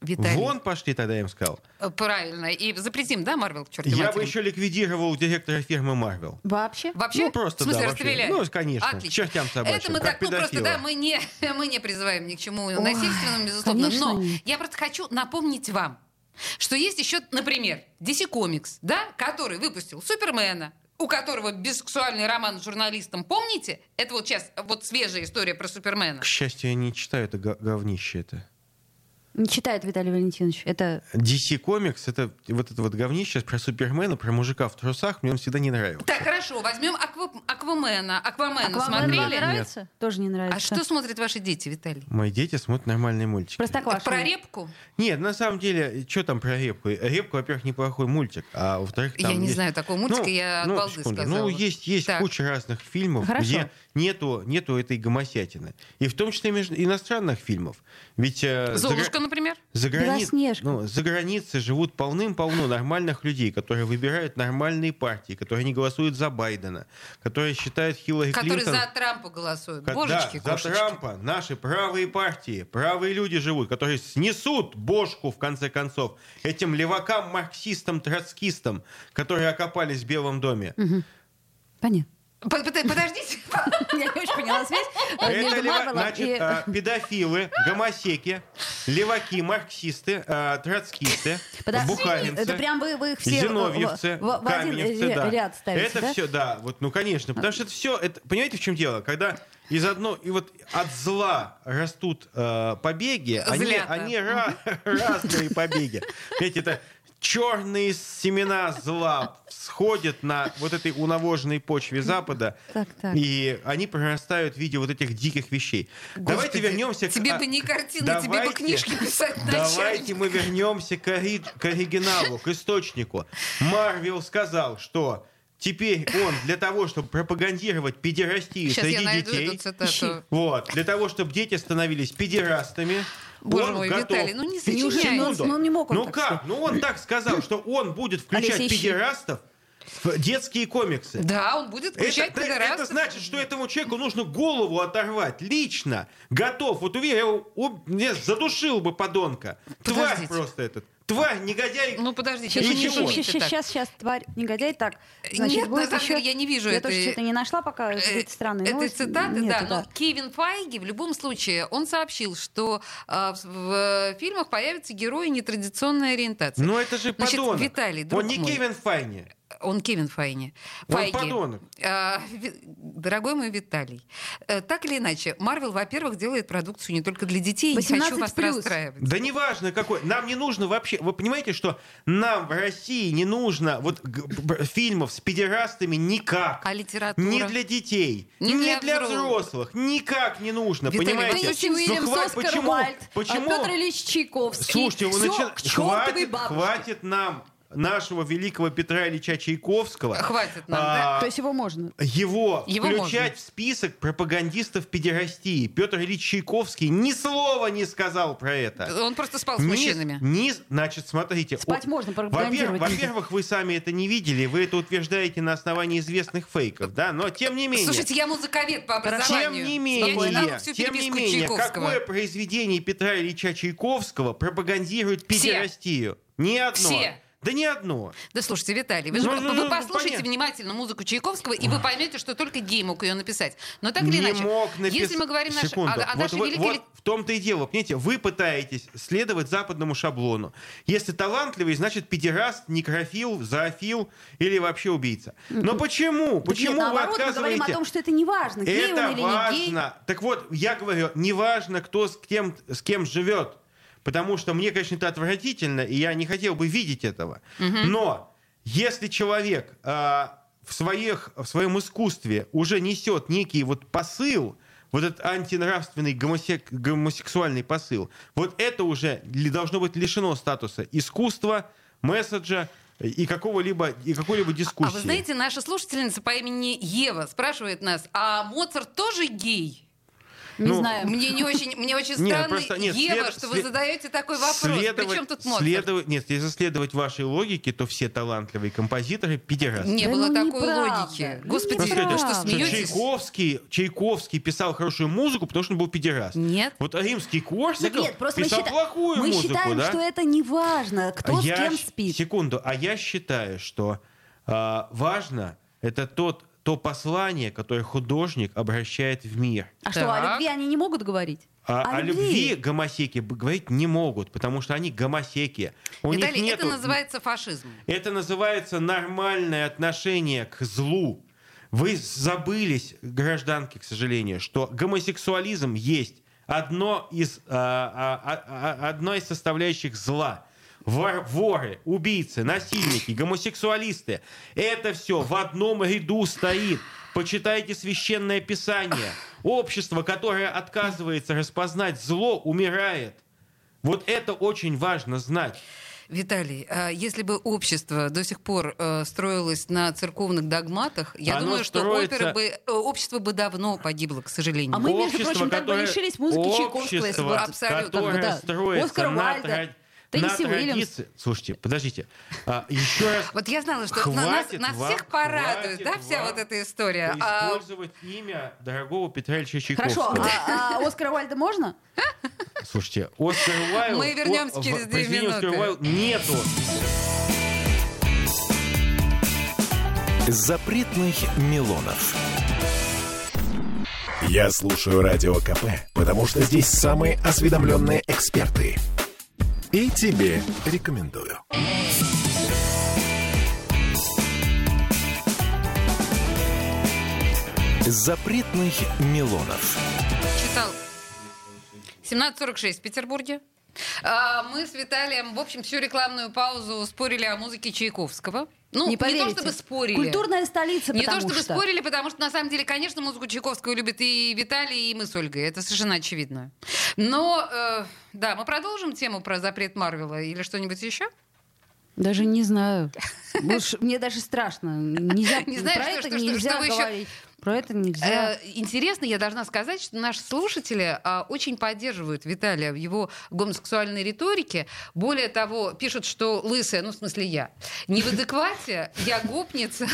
Виталий.
Вон пошли тогда, я им сказал.
Э, Правильно. И запретим, да, Марвел, к чертовой
Я бы
матери?
еще ликвидировал директора фирмы Marvel.
Вообще?
Вообще?
Ну, просто,
в смысле,
да, вообще.
расстреляли?
Ну, конечно,
Отлично.
к чертям собачьим,
Это мы
как
так, ну, просто,
педофила.
да, мы не, мы не призываем ни к чему насильственному, безусловно.
конечно,
Но
нет.
я просто хочу напомнить вам, что есть еще, например, DC Comics, да, который выпустил Супермена, у которого бисексуальный роман с журналистом, помните? Это вот сейчас вот свежая история про Супермена.
К счастью, я не читаю это го- говнище это.
Не читает Виталий Валентинович. Это
DC Comics, это вот это вот говнище про Супермена, про мужика в трусах, мне он всегда не нравился.
Так, хорошо, возьмем Аква- Аквамена. Аквамена
«Аквамен» вам
ну смотрели?
нравится? Тоже не нравится.
А что смотрят ваши дети, Виталий?
Мои дети смотрят нормальные мультики.
Простоквашино.
Про репку?
Нет, на самом деле, что там про репку? Репку, во-первых, неплохой мультик, а во-вторых, там
Я не
есть-
знаю такого мультика,
Ну,
я от
ну,
балды
секунду.
сказала.
Ну, есть, есть
Так.
куча разных фильмов,
Хорошо.
где нету, нету этой гомосятины. И в том числе между иностранных фильмов. Ведь э, за гра-
Золушка, ну, например?
За, грани-
Белоснежка.
ну, за границей живут полным-полно нормальных людей, которые выбирают нормальные партии, которые не голосуют за Байдена, которые считают Хиллари
Который
Клинтон...
за Трампа голосует.
Ко-
Божечки,
да, за
кошечки.
Трампа наши правые партии, правые люди живут, которые снесут бошку, в конце концов, этим левакам, марксистам, троцкистам, которые окопались в Белом доме.
Понятно.
Под- под- Подождите.
Я не очень поняла связь.
А Это
между
лева-
Марвелом
значит,
и-
а, педофилы, гомосеки, леваки, марксисты, а, троцкисты,
Подо-
бухаринцы.
Это прям вы, вы их все
Зиновьевцы,
в, в- в один
Каменевцы,
ря-
да.
ряд ставите,
Это
да?
все, да, вот, ну, конечно, потому что это все, это, понимаете, в чем дело? Когда из одно, и вот от зла растут э, побеги, они,
Злята.
они ра- разные побеги. Понимаете, это черные семена зла сходят на вот этой унавоженной почве Запада,
Так, так.
и они прорастают в виде вот этих диких вещей. Давайте
Господи,
вернемся к...
Тебе
а,
бы не картины, тебе бы
давайте-
книжки писать
Давайте
начальник.
мы вернемся к, ори- к оригиналу, к источнику. Марвел сказал, что теперь он для того, чтобы пропагандировать педерастию
Сейчас
среди
я найду
детей,
эту цитату.
вот, для того, чтобы дети становились педерастами,
Боже
он
мой,
готов-
Виталий, ну не
Неужели он-
сочиняй.
ну, он не мог он
Ну
так
как?
сказать.
Ну он так сказал, что он будет включать
Алексей, ищи.
педерастов в детские комиксы.
Да, он будет
Это,
включать
да, это
пидорастов.
значит, что этому человеку нужно голову оторвать. Лично. Готов. Вот уверен, я его об- не, задушил бы подонка.
Подождите.
Тварь просто этот. Тварь, негодяй.
Ну подожди, сейчас
Сейчас,
вы
Или
не
ничего. чего?
сейчас,
шумите
сейчас,
так.
сейчас, тварь, негодяй, так.
Э,
Значит,
нет,
будет
на самом
еще-
деле я не вижу
Я
этой-
тоже что-то не нашла пока,
Э,
какие-то странные
этой
новости.
цитаты,
Нету,
да, но Кевин Файги в любом случае, он сообщил, что э, в- в э, фильмах появятся герои нетрадиционной ориентации.
Ну это же
Значит,
подонок.
Виталий, друг
Он не
мой.
Кевин Файни.
Он Кевин Файни.
Он
Файги.
подонок.
А, Ви- Дорогой мой Виталий, э, так или иначе, Марвел, во-первых, делает продукцию не только для детей. и Не хочу
18+..
вас расстраивать.
Да неважно какой. Нам не нужно вообще... Вы понимаете, что нам в России не нужно вот г- б- фильмов с педерастами никак.
А литература?
Ни для детей,
Не
ни,
для
для,
взрослых.
взрослых. Никак не нужно,
Виталий,
понимаете?
вы
Иосиф Уильямс,
ну, хватит-
Оскар
почему?
Уайльд, а
почему?
Петр Ильич Чайковский.
Слушайте, вы
Всё
начина-
к чёртовой
хватит,
бабушке.
хватит нам нашего великого Петра Ильича Чайковского.
Хватит нам,
а,
То есть его можно.
Его,
Его
включать
можно.
в список пропагандистов педерастии. Петр Ильич Чайковский ни слова не сказал про это.
Он просто спал Э, с
Ни-
мужчинами.
ни- значит, смотрите.
Спать можно,
во-первых,
пропагандировать нельзя.
во-первых, вы сами это не видели, вы это утверждаете на основании известных фейков, да? Но тем не менее.
Слушайте, я музыковед по образованию.
Тем не
я читала
менее,
всю
тем не
переписку
менее
Чайковского.
какое произведение Петра Ильича Чайковского пропагандирует педерастию? Ни одно.
Все.
Да ни одно.
Да слушайте, Виталий, вы, же-
Ну, ну,
вы
ну,
послушайте
понятно.
внимательно музыку Чайковского, и вы поймете, что только гей мог ее написать. Но так или
не
иначе,
мог написать.
если мы говорим наш- а,
Секунду.
о, о
Вот
нашей
вы-
великой
вот в том-то и дело. Понимаете, вы пытаетесь следовать западному шаблону. Если талантливый, значит педераст, некрофил, зоофил или вообще убийца. Но почему? Почему
Нет,
вы
наоборот, мы говорим
отказываете?
о том, что это не важно, гей
Это
он или
важно.
не гей.
Так вот, я говорю, не важно, кто с кем, с кем живет. Потому что мне, конечно, это отвратительно, и я не хотел бы видеть этого. Но если человек а, в, своих, в своем искусстве уже несет некий вот посыл, вот этот антинравственный гомосек- гомосексуальный посыл, вот это уже ли- должно быть лишено статуса искусства, месседжа и какого-либо и какой-либо дискуссии.
А вы знаете, наша слушательница по имени Ева спрашивает нас, а Моцарт тоже гей?
Не
Ну,
знаю.
Мне не очень, мне очень
Нет,
странно,
просто нет,
Ева,
след-
что вы
след-
задаете такой вопрос. Причем тут Моцарт?
следовать- Нет, если следовать вашей логике, то все талантливые композиторы пидерасы.
Не
Да
было
ну,
такой
неправда.
логики.
Ну,
Господи,
Просто
вы
это-
что,
что
смеетесь?
Чайковский, Чайковский писал хорошую музыку, потому что он был пидерас.
Нет.
Вот римский Корсаков
нет, просто мы,
писал
счита-
плохую
мы
музыку,
считаем,
да?
что это не важно, кто
А я
с кем
щ-
спит.
Секунду, а я считаю, что а, важно это тот, то послание, которое художник обращает в мир.
А что, о
Так.
любви они не могут говорить?
А, о любви гомосеки б- говорить не могут, потому что они гомосеки. У них
Виталий, это
нету-
называется фашизм.
Это называется нормальное отношение к злу. Вы забылись, гражданки, к сожалению, что гомосексуализм есть одно из, а, а, а, а, одно из составляющих зла. Вор- воры, убийцы, насильники, гомосексуалисты. Это все в одном ряду стоит. Почитайте священное писание. Общество, которое отказывается распознать зло, умирает. Вот это очень важно знать.
Виталий, а если бы общество до сих пор э, строилось на церковных догматах, я
Оно
думаю, что
строится-
опера бы, э, общество бы давно погибло, к сожалению.
А мы, между прочим, так бы
которое-
лишились музыки Чайковского, если бы-
Абсолютно.
которое
Да.
строится
Оскара
на,
Уайльда,
тра-
Тенниси
на
Уильямс.
традиции. Слушайте, подождите. А, еще раз.
Вот я знала, что на-
Хватит
нас, нас
вам,
всех порадует,
хватит
да, вся
вам
вот эта история. А,
Использовать имя дорогого Петра Ильича
Хорошо,
Чайковского.
а, а Оскара Уальда можно?
Слушайте, Оскар Уайлд...
Мы вернемся
в-
через две
произведении Оскара
минуты.
Уайлда нету.
Запретных Милонов.
Я слушаю Радио КП, потому что здесь самые осведомленные эксперты. И тебе рекомендую.
Запретных Милонов.
читал. 17.46 в Петербурге. А, Мы с Виталием, в общем, всю рекламную паузу спорили о музыке Чайковского. Ну, не, то
поверите.
чтобы спорили.
Культурная столица,
Не то
потому
чтобы
что.
спорили, потому что на самом деле, конечно, музыку Чайковского любит и Виталий, и мы с Ольгой. Это совершенно очевидно. Но э, да, мы продолжим тему про запрет Марвела или что-нибудь еще?
Даже не знаю. Уж мне даже страшно. Нельзя,
Не знаешь,
про
что-
это
что- что-
нельзя
что вы еще-
говорить. Про это нельзя.
Э, интересно, я должна сказать, что наши слушатели а, очень поддерживают Виталия в его гомосексуальной риторике. Более того, пишут, что лысая, ну, в смысле, я, не в адеквате, я гопница.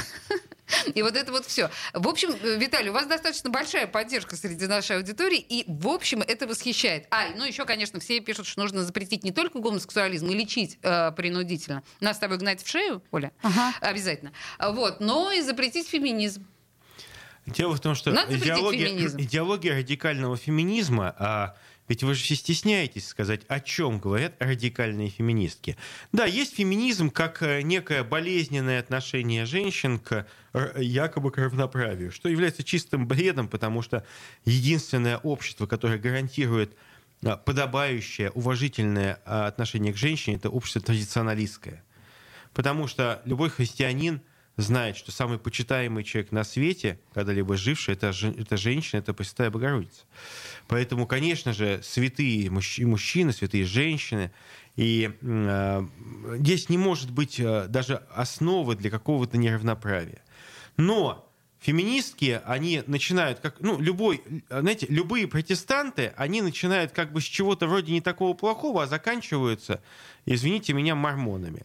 И вот это вот все. В общем, э, Виталий, у вас достаточно большая поддержка среди нашей аудитории, и, в общем, это восхищает. А, ну еще, конечно, все пишут, что нужно запретить не только гомосексуализм и лечить э, принудительно. Нас с тобой гнать в шею, Оля,
Ага.
обязательно. А, Вот, но и запретить феминизм.
Дело в том, что
Надо запретить
идеология,
феминизм.
идеология радикального феминизма, а ведь вы же все стесняетесь сказать, о чем говорят радикальные феминистки. Да, есть феминизм как э, некое болезненное отношение женщин к р- якобы к равноправию, что является чистым бредом, потому что единственное общество, которое гарантирует а, подобающее, уважительное а, отношение к женщине, это общество традиционалистское. Потому что любой христианин знает, что самый почитаемый человек на свете, когда-либо живший, это, же- это женщина, это Пресвятая Богородица. Поэтому, конечно же, святые мужч- и мужчины, святые женщины, и м, э, здесь не может быть э, даже основы для какого-то неравноправия. Но феминистки, они начинают, как, ну, любой, э, знаете, любые протестанты, они начинают как бы с чего-то вроде не такого плохого, а заканчиваются, извините меня, мормонами.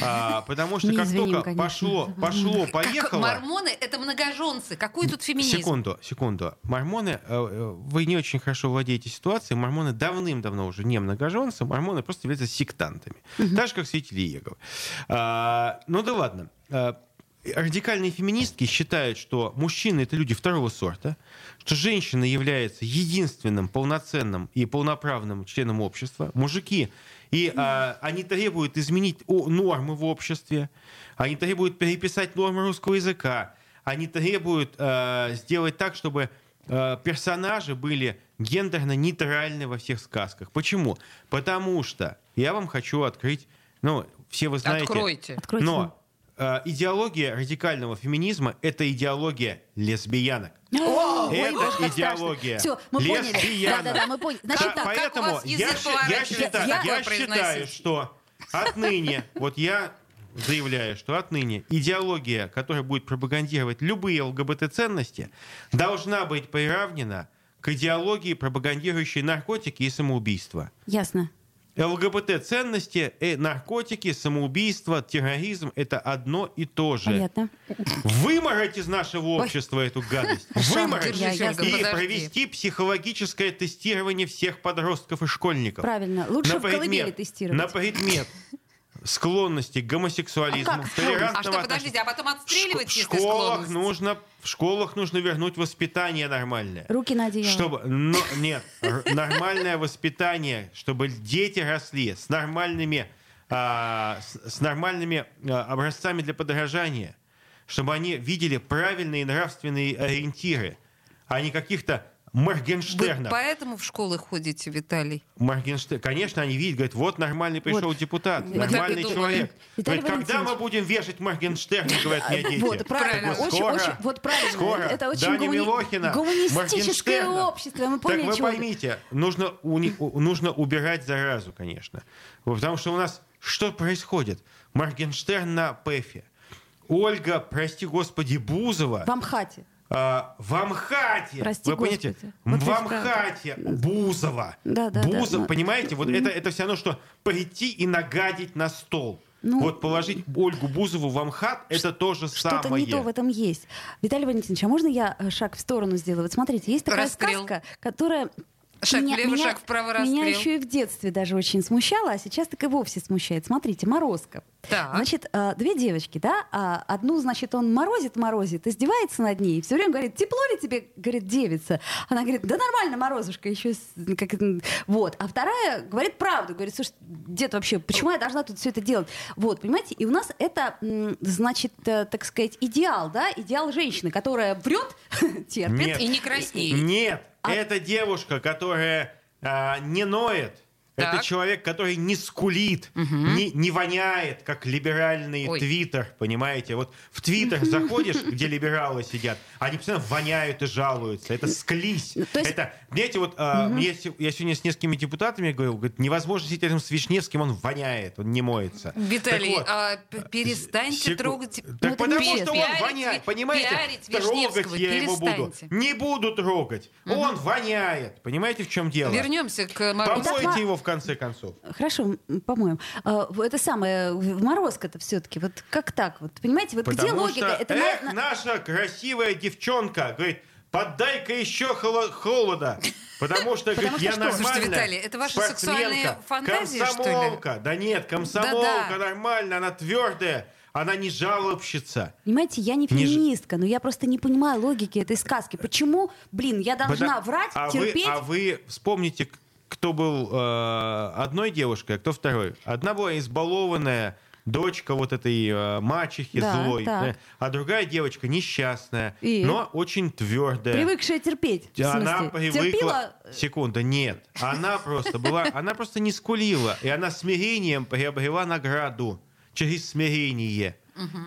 А, потому что
Не
как
извиним,
только
конечно.
пошло, пошло,
Как
поехало...
мормоны это многоженцы. Какой тут феминизм?
Секунду, секунду. Мормоны, э, э, вы не очень хорошо владеете ситуацией. Мормоны давным-давно уже не многоженцы. Мормоны просто являются сектантами. Так же, как святители Иеговы. А, ну да ладно. А, Радикальные феминистки считают, что мужчины это люди второго сорта, что женщина является единственным полноценным и полноправным членом общества, мужики, и а, они требуют изменить о- нормы в обществе, они требуют переписать нормы русского языка, они требуют э, сделать так, чтобы э, персонажи были гендерно нейтральны во всех сказках. Почему? Потому что я вам хочу открыть, ну, все вы знаете...
Откройте.
Откройте.
Но э, идеология радикального феминизма — это идеология лесбиянок. это идеология.
Все, мы поняли.
Лесбияна.
Да-да-да, мы поняли.
Так,
Значит,
как у
А поэтому
вас
я,
язык
щи- я
поворачивается
считаю,
такое
я
произносить?
считаю, что отныне, вот я заявляю, что отныне идеология, которая будет пропагандировать любые ЛГБТ-ценности, должна быть приравнена к идеологии, пропагандирующей наркотики и самоубийство.
Ясно.
ЛГБТ-ценности, э, наркотики, самоубийство, терроризм — это одно и то же.
Понятно.
Вымороть из нашего общества эту гадость. Вымороть.
держись,
И
Ольга, подожди.
провести психологическое тестирование всех подростков и школьников.
Правильно. Лучше в колыбели
на
тестировать.
предмет склонности к гомосексуализму,
А как?
толерантного
А что, подождите, а потом отстреливать,
в
если
школах ну,
склонность?
нужно, в школах нужно вернуть воспитание нормальное.
Руки на одеяло.
Чтобы, но, нет, р- нормальное воспитание, чтобы дети росли с нормальными, а, с, с нормальными а, образцами для подражания, чтобы они видели правильные нравственные ориентиры, а не каких-то
Вы
Моргенштернов.
поэтому в школы ходите, Виталий?
Моргенштерн. Конечно, они видят, говорят, вот нормальный пришел
Вот.
депутат,
так и
нормальный
думала.
человек.
Виталий
Говорит, когда
Валентинович.
мы будем вешать Моргенштерна, говорят мне дети.
Вот, правильно.
Правильно.
Очень,
Скоро.
очень, вот правильно.
Скоро.
Это очень
Даня
гумани-
Милохина,
гуманистическое
Моргенштерна.
общество. Мы
Так
поняли,
вы
чего это.
поймите, нужно, уни- у- нужно убирать заразу, конечно. Вот, Потому что у нас что происходит? Моргенштерн на ПЭФе. Ольга, прости господи, Бузова
В Амхате.
а, в Амхате.
Прости,
вы понимаете?
Господи. Вот
в
ведь
Амхате Бузова.
Да, да, да.
Бузов,
Ну,
понимаете? Вот это, это все равно, что прийти и нагадить на стол.
Ну,
вот положить Ольгу Бузову в Амхат, это то же
Что-то
самое.
не то в этом есть. Виталий Валентинович, а можно я э, шаг в сторону сделаю? Вот смотрите, есть такая
Расстрел.
сказка, которая...
Шаг влево, шаг вправо,
Меня
расстрел.
еще и в детстве даже очень смущала, а сейчас так и вовсе смущает. Смотрите, Морозко.
Так.
Значит, э, две девочки, да? а Одну, значит, он морозит, морозит, издевается над ней. Все время говорит, тепло ли тебе, говорит, девица? Она говорит, да нормально, морозушка, еще с- как... м, Вот. А вторая говорит правду, говорит, слушай, дед, вообще, почему я должна тут все это делать? Вот, понимаете? И у нас это, м, значит, э, так сказать, идеал, да? Идеал женщины, которая врет, терпит.
Нет.
И не краснеет.
Нет,
А-
это девушка, которая а, не ноет.
Так.
Это человек, который не скулит, не, не воняет, как либеральный
Ой.
твиттер, понимаете? Вот в твиттер заходишь, где либералы сидят, они постоянно воняют и жалуются. Это склизь.
Ну, то есть-
Это, знаете, вот а, мне се- я сегодня с несколькими депутатами говорил, говорит, невозможно сидеть рядом с Вишневским, он воняет, он не моется.
Виталий,
Так вот. э,
а, п- перестаньте
Секу-
трогать... ну,
Так
это
потому
нечестно.
что он
Пиарить
воняет,
Ви-
понимаете?
пиарить
трогать
Вишневского
я его буду.
перестаньте.
Не буду трогать. Он воняет. Понимаете, в чем дело?
Вернемся к Морозу.
Итак, ма-
Помойте его в конце концов.
Хорошо, м, по-моему. А, в- Это самое, в- морозка-то все-таки. Вот как так? Вот, понимаете, вот где
Потому
логика?
что,
это на-
эх,
на-
наша красивая девчонка, говорит, поддай-ка еще холо- холода. Потому что, говорит,
Потому что
я
что?
нормальная
Слушайте, Виталий, это ваши
спортсменка,
сексуальные фантазии, что ли?
комсомолка. Да нет, комсомолка
Да-да.
нормально, она твердая, она не жалобщица.
Понимаете, я не
Не ж-
феминистка, но я просто не понимаю логики этой сказки. Почему, блин, я
Пода-
должна врать,
а
терпеть?
Вы, а вы вспомните, к- кто был э, одной девушкой, а кто второй. Одна была избалованная дочка вот этой э, мачехи
Да,
злой,
так.
э, а другая девочка несчастная,
И?
но очень твердая.
Привыкшая терпеть. в
Она
смысле.
привыкла...
Терпила
Секунда, нет. Она просто была... Она просто не скулила. И она смирением приобрела награду. Через смирение.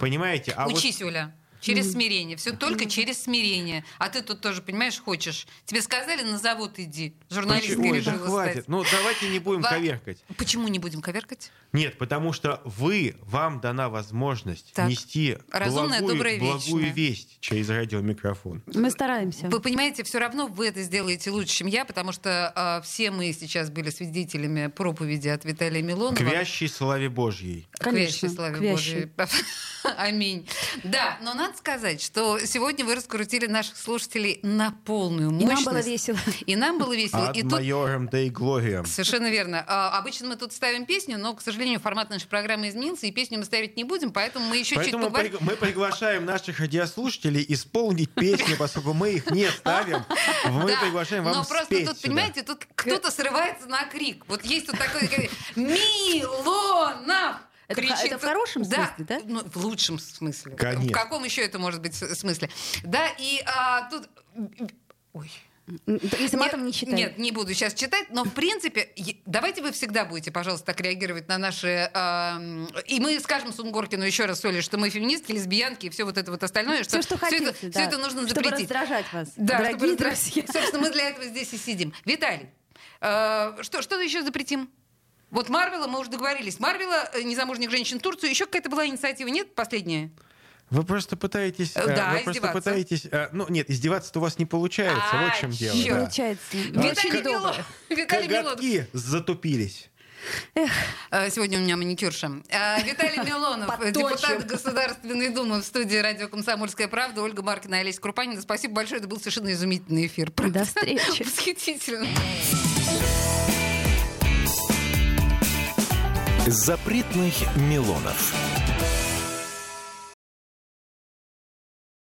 Понимаете? А вот-
Учись, Оля. Через смирение. Все только через смирение. А ты тут тоже, понимаешь, хочешь. Тебе сказали, на завод иди. Журналисткой
Почему? Ой, да
решила
хватит.
стать.
Ну, давайте не будем
Ва-
коверкать.
Почему не будем коверкать?
Нет, потому что вы, вам дана возможность
Так.
нести
Разумная,
благую,
добрая, вечная.
благую весть через радиомикрофон.
Мы стараемся.
Вы понимаете, все равно вы это сделаете лучше, чем я, потому что а, все мы сейчас были свидетелями проповеди от Виталия Милонова.
К вящей славе Божьей.
К вящей
Конечно,
славе
к вящей.
Божией. Аминь. Да, но надо сказать, что сегодня вы раскрутили наших слушателей на полную
И
мощность.
нам было весело.
И нам было весело.
Ад
И тут
майором да и глорием.
Совершенно верно. А, Обычно мы тут ставим песню, но, к сожалению, формат нашей программы изменился, и песню мы ставить не будем, поэтому мы еще чуть
Поэтому
поговорим.
приг- мы приглашаем наших радиослушателей исполнить песни, поскольку мы их не ставим. Мы
Да,
приглашаем
Но
вам
просто
спеть
тут,
сюда.
понимаете, тут кто-то срывается на крик. Вот есть тут такой как- Милонов!
Это
кричит.
х- это в хорошем смысле, да?
Ну, в лучшем смысле.
Конечно.
В каком еще это может быть с- смысле? Да, и а, тут... Ой.
Если
Нет,
матом не считаем.
Нет, не буду сейчас читать, но в принципе, е- давайте вы всегда будете, пожалуйста, так реагировать на наши... эм, и мы скажем Сунгоркину еще раз, Оля, что мы феминистки, лесбиянки и все вот это вот остальное.
Все, ну что
всё
хотите,
это, всё
да.
это нужно
Чтобы
запретить.
раздражать вас,
Да,
дорогие
чтобы раздра-
друзья.
Собственно, мы для этого здесь и сидим. Виталий, э, что, что еще запретим? Вот Марвела, мы уже договорились. Марвела, э, незамужних женщин Турцию, еще какая-то была инициатива, нет, последняя?
Вы просто пытаетесь...
Э,
э,
да,
вы просто
издеваться.
пытаетесь... э, Ну, нет, издеваться-то у вас не получается. вот
А,
в чем дело.
чёрт.
да.
Получается.
Виталий
Очень
Мило-
добрый.
Виталий Милонов.
Коготки затупились.
Э, Сегодня у меня маникюрша. Э, Виталий Милонов, э,
Подточим.
депутат Государственной Думы в студии радио «Комсомольская правда». Ольга Маркина, Олеся Крупанина. Спасибо большое. Это был совершенно изумительный эфир. Правда,
До встречи.
Восхитительно.
Запретных Милонов.